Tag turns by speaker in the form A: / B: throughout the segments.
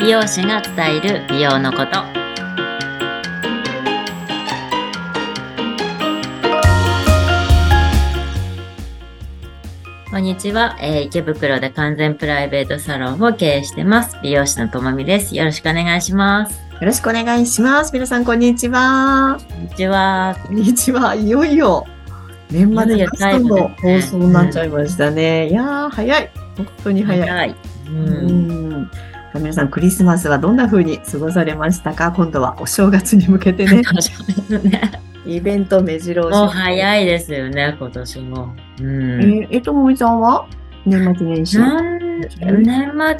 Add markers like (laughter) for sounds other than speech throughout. A: 美容師が伝える美容のことこんにちは、えー池袋で完全プライベートサロンを経営してます美容師のともみですよろしくお願いします
B: よろしくお願いします。皆さん、こんにちは。
A: こんにちは
B: こんにちは。いよいよ、年末
A: いよい
B: ラ
A: よ
B: ストの
A: 最後
B: 放
A: です
B: 送
A: ね
B: になっちゃいましたね。いやー、早い。本当に早い。
A: はい、う、、
B: うんん皆さん、クリスマスはどんな風に過ごされましたか今度はお正月に向けてね
A: そうですね
B: (laughs) イベント目白押し。
A: もう早いですよね今年もうん、
B: えー、えともみさんは年末年始。
A: なん年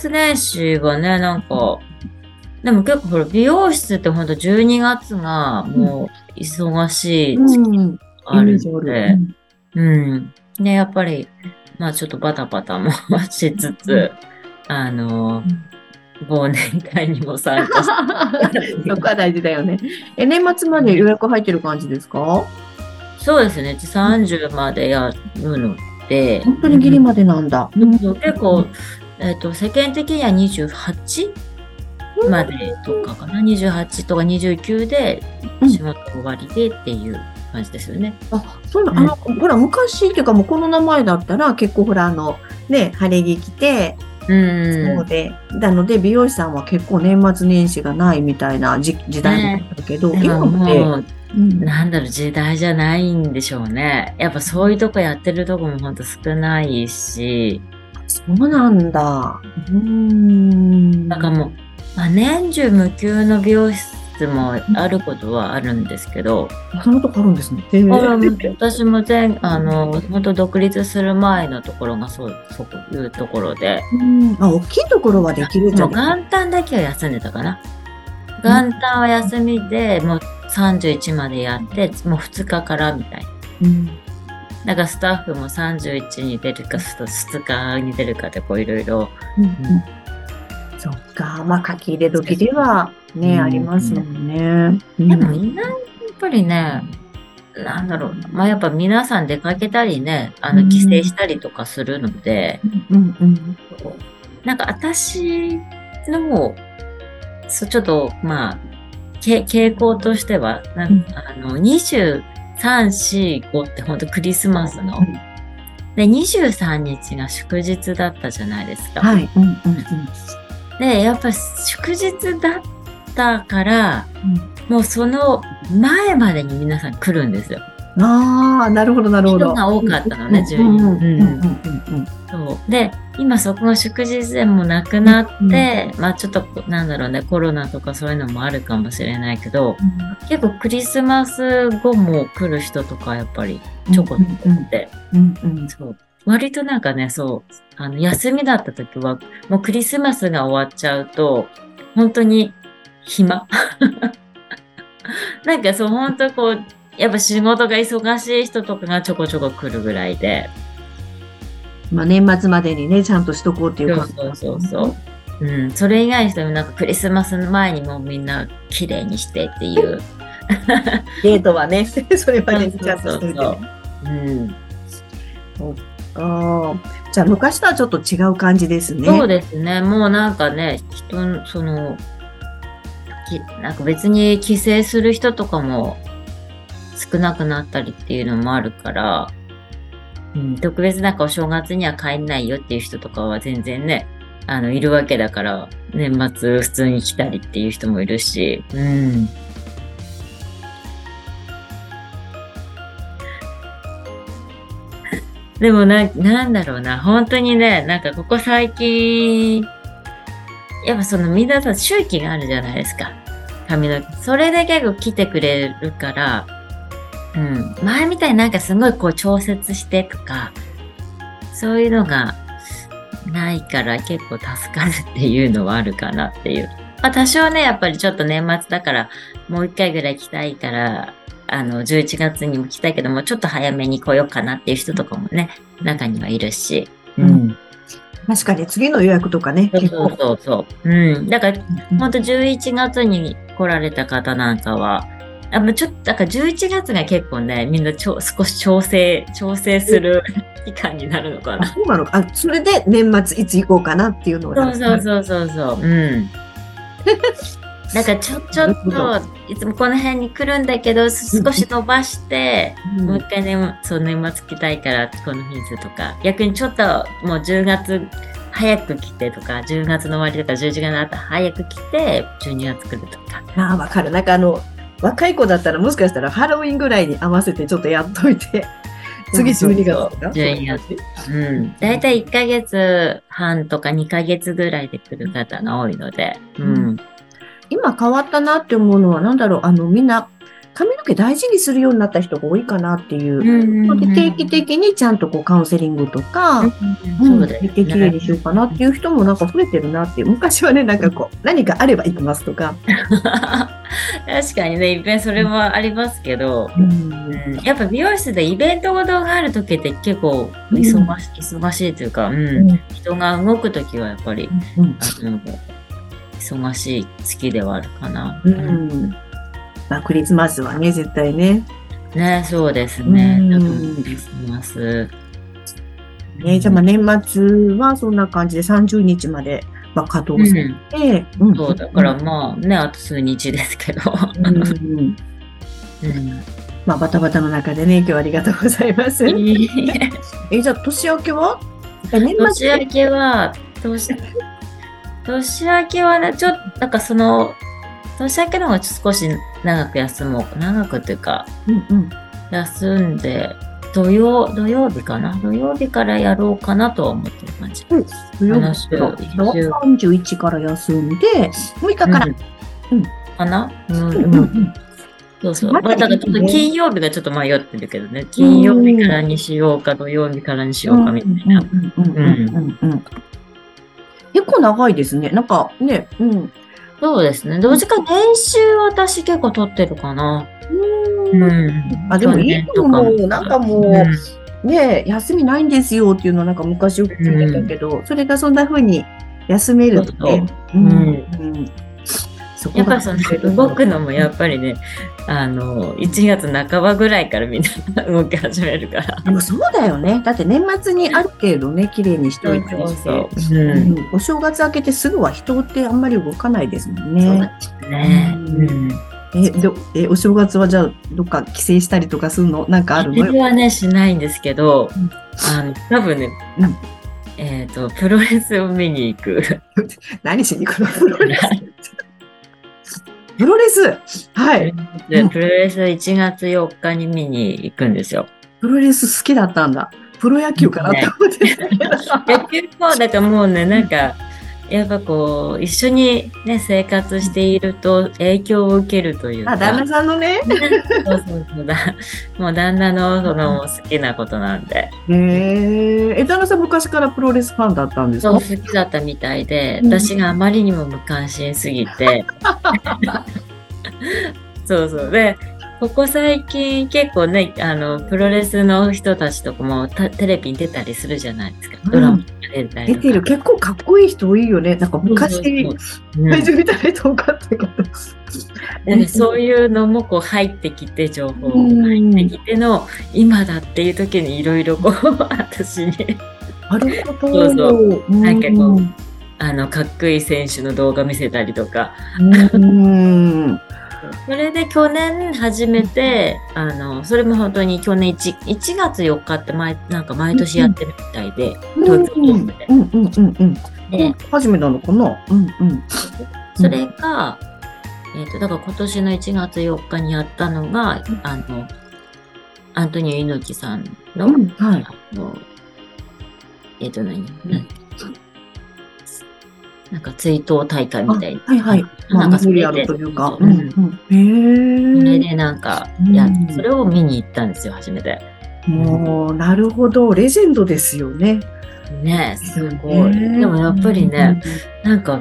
A: 末年始がね、なんか、でも結構ほら、美容室ってほんと12月がもう忙しい時期
B: ん、
A: ある
B: イメー
A: ん
B: ジあ
A: で、
B: る
A: うん。で、やっぱり、まあちょっとバタバタもしつつ、あの、忘年会にも参加し
B: うん (laughs) そこは大事だよね。え、年末まで予約入ってる感じですか本
A: そうですね、うち30までやるので、
B: 当にギリまでなんだ。
A: そう結構、えっと世間的には 28? までとかかな28とか29で
B: うん
A: 仕事終わりでっていう感じですよね。
B: あ、そうな
A: うん
B: の、あの、ほら、昔っていうか、もうこの名前だったら、結構ほら、あの、ね、晴れ着着て、
A: うん
B: そうで、なので、美容師さんは結構年末年始がないみたいな時時代だったけど、
A: でも
B: 今って、
A: もう
B: うん
A: なんだろう時代じゃないんでしょうね。やっぱそういうとこやってるとこもほんと少ないし
B: そうなんだ。うーん。
A: なんかもう、まあ、年中無休の美容室もあることはあるんですけど、
B: そんなとこあるんですね。へ
A: これは
B: ー
A: 私も前あの本当独立する前のところがそうそういうところで
B: うんあ、大きいところはできるじ
A: も
B: ゃ。
A: うん
B: あ
A: 元旦だけは休んでたかな元旦は休みでもう31までやってもう2日からみたいなだからスタッフも31に出るか2日に出るかでこういろいろ
B: そっか、まあ、書き入れ時では
A: う
B: ね、
A: ん
B: ありますもんね。うん
A: でもみんなやっぱりねなんだろうなまあやっぱ皆さん出かけたりねあ
B: う
A: の
B: ん
A: 帰省したりとかするので、
B: うんうん。
A: なんか私の、そうちょっと、まあ、け傾向としては、なんかあの、23、4、5って本当クリスマスの
B: うん。
A: で、23日が祝日だったじゃないですか。
B: はい。うんうんうん。
A: で、やっぱ祝日だったから、
B: うん
A: もうその前までに皆さん来るんですよ。
B: ああ、なるほど、なるほど。
A: 人が多かったのね12
B: うんうんうん
A: うん
B: うんうん
A: そうで今そこが祝日でもなくなって、まあちょっとなんだろうねコロナとかそういうのもあるかもしれないけど結構クリスマス後も来る人とかやっぱりちょこっとって、
B: うんうん
A: そう割となんかねそうあの休みだった時はもうクリスマスが終わっちゃうと本当に暇 (laughs) なんかそう本当こうやっぱ仕事が忙しい人とかがちょこちょこ来るぐらいで。
B: まあ年末までにね、ちゃんとしとこうっていう感じ
A: そうそうそうそう。うん、それ以外にしてもなんかクリスマスの前にもうみんな綺麗にしてっていう。
B: デートはね、 (laughs) それはね、ちゃんとしといてね。
A: うん、
B: ああ、じゃあ昔とはちょっと違う感じですね。
A: そうですね。もうなんかね、人の、その、きなんか別に帰省する人とかも少なくなったりっていうのもあるから、うん、特別なんかお正月には帰んないよっていう人とかは全然ね、あの、いるわけだから、年末普通に来たりっていう人もいるし、うん。でもな、なんだろうな、本当にね、なんかここ最近、やっぱそのみんなさ、周期があるじゃないですか。髪の毛。それで結構来てくれるから、うん。前みたいになんかすごいこう調節してとか、そういうのがないから結構助かるっていうのはあるかなっていう。まあ多少ね、やっぱりちょっと年末だから、もう一回ぐらい来たいから、あの、11月にも来たいけども、ちょっと早めに来ようかなっていう人とかもね、中にはいるし。
B: うん。確かに次の予約とかね、
A: そう
B: 結
A: そ
B: 構
A: う。そうそう。うん。だから、ほんと11月に来られた方なんかは、あまあちょっと、だから11月が結構ね、みんなちょ少し調整、調整する期間になるのか
B: あ
A: な。
B: そうなのか。あ、それで年末いつ行こうかなっていうのを
A: そうそう
B: う。
A: そうそうそう。うん。だからちょ、ちょっ
B: な
A: と、いつもこの辺に来るんだけど、す少し伸ばして、
B: うん
A: もう一回年、そう年末来たいから、この日にするとか、逆にちょっともう10月早く来てとか、10月の終わりとか、11月の後早く来て、12月来るとか。
B: あー、わかる。なんかあの、若い子だったらもしかしたらハロウィンぐらいに合わせてちょっとやっといて、次
A: そうそ
B: 12
A: うそう
B: 月とか。
A: 12月うん。だいたい1ヶ月半とか2ヶ月ぐらいで来る方が多いので、うん。
B: 今変わったなって思うのは、なんだろう、あの、みんな髪の毛大事にするようになった人が多いかなっていう。
A: うん
B: で定期的にちゃんとこうカウンセリングとか、
A: そ
B: そうう
A: だよ
B: 見て綺麗
A: (laughs)
B: にしようかなっていう人もなんか増えてるなっていう昔はねなんかこう何かあれば行きますとか、
A: 確かにね、いっぺんそれもありますけど、
B: うん
A: うんやっぱ美容室でイベントごとがある時って結構
B: うん
A: 忙し,、忙しいというか、うん
B: うん
A: 人が動く時はやっぱり、
B: うん
A: あの忙しい月ではあるかな。
B: まあ、クリスマスはね絶対ね
A: ね、そうですね。
B: うん
A: 多分クリスマス。
B: ねじゃあまあ年末はそんな感じで30日まで、まあ、稼働されて、ん
A: そうだから、まあね、あと数日ですけど。
B: うん
A: うん
B: まあ、バタバタの中でね今日はありがとうございます。えじゃあ年明けはえ年
A: 年
B: 末
A: 明けは、年、年明けはね、ちょっと、なんかその、年明けの方が少し長く休もう。長くというか、
B: うんうん
A: 休んで、土曜、土曜日かな土曜日からやろうかなとは思ってる感じ。
B: 土曜
A: 話し
B: 日
A: てる
B: 31から休んで6日から、
A: う
B: うんん
A: かなうん、
B: うん
A: う
B: うんんうん
A: そうそう。
B: ま
A: ま
B: だ
A: あ、だからちょっと金曜日がちょっと迷ってるけどね。金曜日からにしようか、土曜日からにしようかみたいな。
B: うんうんうんうんうん結構長いですね。なんかね、うん。
A: そうですね。どっちか練習私結構取ってるかな。うん。
B: あでもいいと思うなんかもう
A: うん
B: ねえ休みないんですよっていうのはなんか昔よく聞いてたけど、それがそんな風に休めるって
A: そうそう。
B: う
A: う
B: ん
A: ん
B: うんそこ
A: やっぱ
B: が
A: りその動くのもやっぱりね、あの、1月半ばぐらいからみんな動き始めるから。
B: でもそうだよね。だって年末にある程度ね、綺麗にしておいたりして。
A: う。うん。
B: うんお正月明けてすぐは人ってあんまり動かないですもん
A: そう
B: ね。
A: だね。うん。
B: えどえお正月はじゃあどっか帰省したりとかするのなんかあるの
A: それはね、しないんですけど
B: うん、
A: あの、多分ね
B: うん、
A: えっと、プロレスを見に行く。
B: 何しに行くのプロレス。プロレスはい。
A: で
B: うん
A: プロレス1月4日に見に行くんですよ。
B: プロレス好きだったんだ。プロ野球かなって思って (laughs) た。
A: 野球もだからもうねなんかやっぱこう一緒にね生活していると影響を受けるというか
B: あ、旦那さんのね。
A: そうそうそうだもう旦那のその好きなことなんで、
B: へえ。え、旦那さん昔からプロレスファンだったんです
A: そう
B: か
A: 好きだったみたいで
B: うん
A: 私があまりにも無関心すぎ
B: (laughs)
A: てそうそうでここ最近結構ねあのプロレスの人たちとかもたテレビに出たりするじゃないですか、ドラマに出たりと
B: 出
A: か
B: てる。結構かっこいい人多いよね。なんか昔、
A: そうそうそううん
B: 会場見たら人多かったけど。
A: なんかそういうのもこう入ってきて情報が入ってきての今だっていう時にいろいろこう (laughs) 私に
B: なる
A: そ
B: ほど。
A: うそう
B: う
A: なんかこうあのかっこいい選手の動画見せたりとか
B: うん。
A: それで去年初めてあのそれも本当に去年 1, 1月4日って毎なんか毎年やってるみたいで東京ドームで
B: うんうんうんうん。
A: で
B: 初めなのかなうんうん。
A: それが、えっとだから今年の1月4日にやったのがあのアントニオ猪木さんの、
B: うん、はい。
A: あの、えっ、と何、
B: ん
A: なんか追悼大会みたいな。
B: はいはい。ま
A: な
B: あ、
A: んかそ
B: 緑
A: れ
B: ある
A: で、
B: というか。
A: う
B: うんんうん。
A: そ
B: へ
A: れ
B: え。
A: でなんかやっ
B: うん
A: それを見に行ったんですよ、初めて。
B: もう、なるほど。レジェンドですよね。
A: ねえ、すごい。でもやっぱりね、なんか、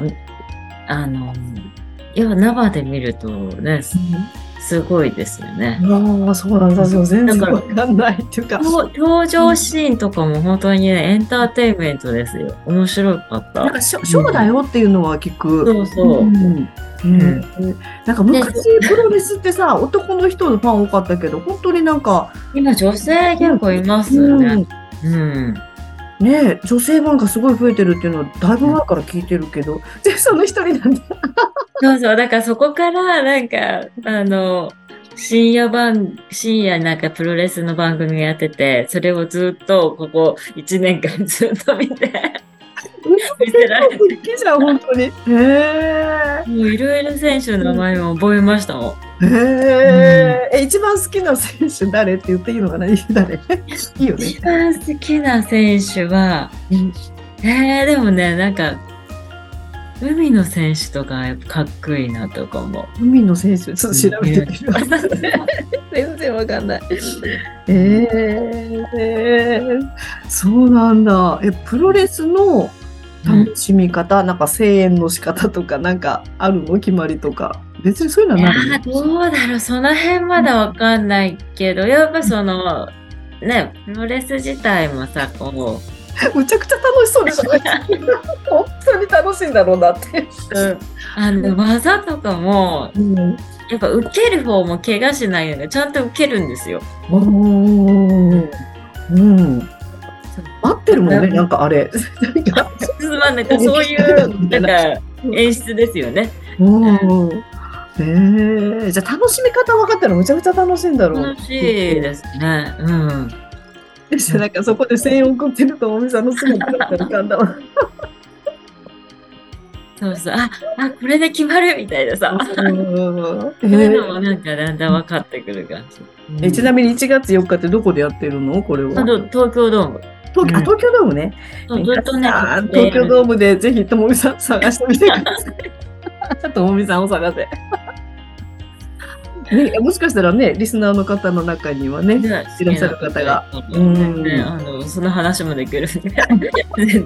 A: あの、いや、生で見るとね、すすごいですよね。
B: うん。ああ、そうなんですよ。全
A: だ
B: 然
A: から
B: わかんないっていうか。
A: 登登場シーンとかも本当にね、エンターテインメントですよ。面白かっ
B: なん
A: た。
B: か、ショショーだよっていうのは聞く。
A: そうそう。
B: ん
A: ん
B: なんか昔プロレスってさ、男の人のファン多かったけど、本当になんか、
A: 今女性結構いますよね。うん。
B: ねえ女性ファンがすごい増えてるっていうのはだいぶ前から聞いてるけ (laughs) ど、でその一人なんだ。
A: そうそう。だからそこから、なんか、あの、深夜番、深夜なんかプロレスの番組やってて、それをずっとここ1年間ずっと見て、見てられて。
B: 好きじゃん、本当 (laughs) に。へえ。
A: もういろいろ選手の名前も覚えましたもん。
B: へえ。え、一番好きな選手誰って言っていいのかな誰 (laughs) いいよね。
A: 一番好きな選手は、えー、でもね、なんか、海の選手とかやっぱかっこいいなとか (laughs) も。
B: 海の選手、ちょっと調べてみる。 (laughs) 全然わかんない。ええそうなんだ。え、プロレスの楽しみ方、なんか声援の仕方とか、なんかあるの決まりとか。別にそういうの
A: い
B: は
A: や
B: ないの
A: ーどうだろう、その辺まだわかんないけど、やっぱその、ね、プロレス自体もさ、こ (laughs)
B: むちゃくちゃ楽しそうでしょ。本当に楽しいんだろうなって。
A: う、あの、技とかも、
B: うん。
A: やっぱ受ける方も怪我しないように、ちゃんと受けるんですよ。
B: うん。うん。合ってるもんね、なんかあ (laughs) れ。なんか
A: まあなんかそう
B: (laughs)
A: いう、なんか演出ですよね。
B: うん。ええじゃあ楽しみ方分かったらむちゃくちゃ楽しいんだろう。
A: 楽しいですね。うん。
B: でしたなんかそこで声援を送ってるとおみさんの姿だったら浮かんだわ。
A: そうそう。あ、あ、これで決まるみたいなさ。
B: う
A: そうい
B: ん
A: うのもなんかだんだん分かってくる感じ。
B: えちなみに1月4日ってどこでやってるのこれは。
A: あと
B: 東
A: 東京ドーム。
B: 京あ東京ドームね。
A: そうずっとね
B: あー、東京
A: ーム。
B: ドームでぜひともみさん探してみてください。ともみさんを探せ。ね、もしかしたらね、リスナーの方の中にはね、いらっしゃる方が。うん
A: 全然あのその話もできるんで。全然。
B: ぜ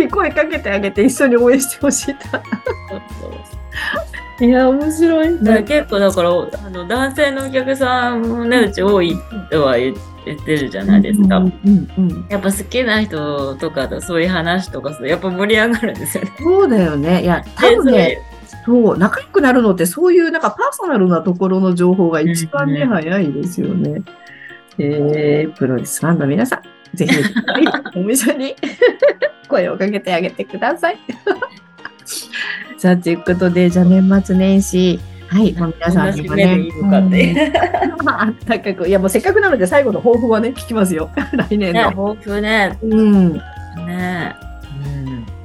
B: ひ声かけてあげて一緒に応援してほしいと。いや、面白い。
A: だから結構だからあの男性のお客さんもねうち多いとは言ってるじゃないですか。
B: うんうんうん、
A: やっぱ好きな人とかとそういう話とかするとやっぱ盛り上がるんですよね。
B: そうだよね。いや、多分ね、そう、仲良くなるのって、そういうなんかパーソナルなところの情報が一番ね、
A: うん
B: 早いですよね。えー、プロレスファンの皆さん、ぜひ、お店に (laughs) 声をかけてあげてください。 (laughs) さあ、ということで、じゃあ年末年始、はい、もう皆さんにもね、
A: 同じ目でいいのかって
B: うん (laughs) まああったかく、いや、もうせっかくなので、最後の抱負はね、聞きますよ。 (laughs) 来
A: ね、
B: 年の。
A: 豊富ね。
B: うん。
A: ね、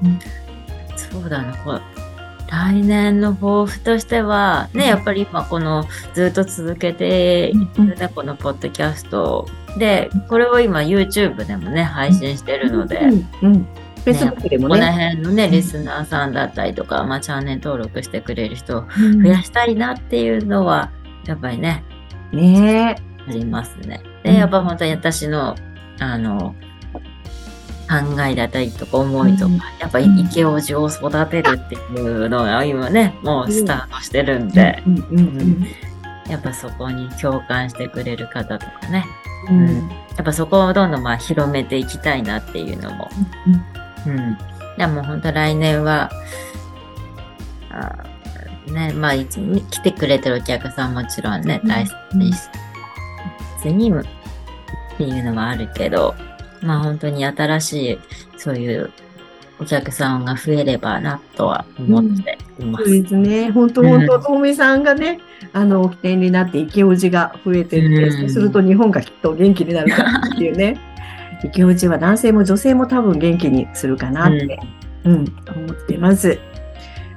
A: うん、そうだな、こう来年の抱負としては、
B: うん
A: ね、やっぱり今このずっと続けているね、このポッドキャストで、これを今 YouTube でもね、配信してるので、
B: うん。うん。フェイスブックでも
A: この
B: ね。
A: 辺のね、
B: ん
A: リスナーさんだったりとか、まあチャンネル登録してくれる人を
B: うん
A: 増やしたいなっていうのは、やっぱりね、
B: ね
A: ありますね。
B: うん
A: で、やっぱ本当に私の、あの、考えだったりとか思いとか、
B: うん
A: やっぱ
B: うん
A: 池王子を育てるっていうのが今ね、もうスタートしてるんで、
B: うんうん
A: やっぱそこに共感してくれる方とかね、
B: う
A: うん
B: ん。
A: やっぱそこをどんどんまあ広めていきたいなっていうのも、うん。でもう本当来年は、あーね、まあいつ来てくれてるお客さんもちろんね、
B: うん
A: 大切にし、にっていうのはあるけど、まあ本当に新しい、そういうお客さんが増えればなとは思っていま
B: そ
A: す。
B: うですね。本当本当、ともみさんがね、あの、起点になって、池おじが増えてるって、
A: うん
B: すると日本がきっと元気になるからってい
A: (laughs)
B: うね。池おじは男性も女性も多分元気にするかなって、うん、思ってます。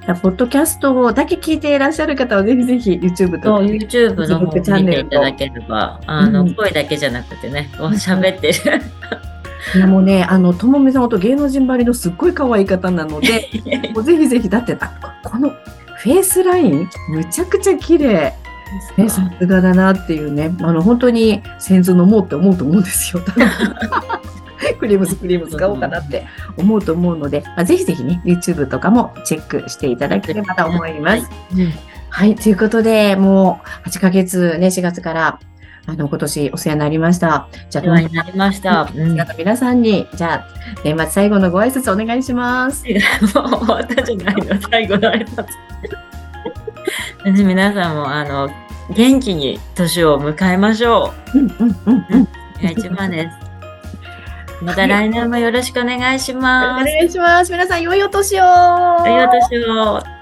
B: だからポッドキャストだけ聞いていらっしゃる方は、ぜひぜひ YouTube
A: そ
B: とか
A: う、YouTube の方を見ていただければ、あ
B: う
A: の、
B: ん
A: 声だけじゃなくてね、こう喋ってる。
B: いやもうね、あの、ともみさんほんと芸能人ばりのすっごい可愛い方なので、もうぜひぜひ、だって、あこのフェイスライン、むちゃくちゃ綺麗。ね、さすがだなっていうね、あの、本当に先祖飲もうって思うと思うんですよ。多分クリームスクリーム使おうかなって思うと思うので、まあ、ぜひぜひね、YouTube とかもチェックしていただければと思います。はい、ということで、もう8ヶ月ね、4月からあの、今年お世話になりました。じゃ
A: お世話
B: あ、
A: になりました。うん、も
B: あの皆さんに、じゃあ、年末最後のご挨拶お願いします。
A: う終わったじゃないの、 (laughs) 最後の挨拶。皆さんも、あの、元気に年を迎えましょ
B: うん、うん、うん、うん。
A: う。が一番です。また来年もよろしくお願いします。
B: お願いします。皆さん、良いお年を
A: ありがとう。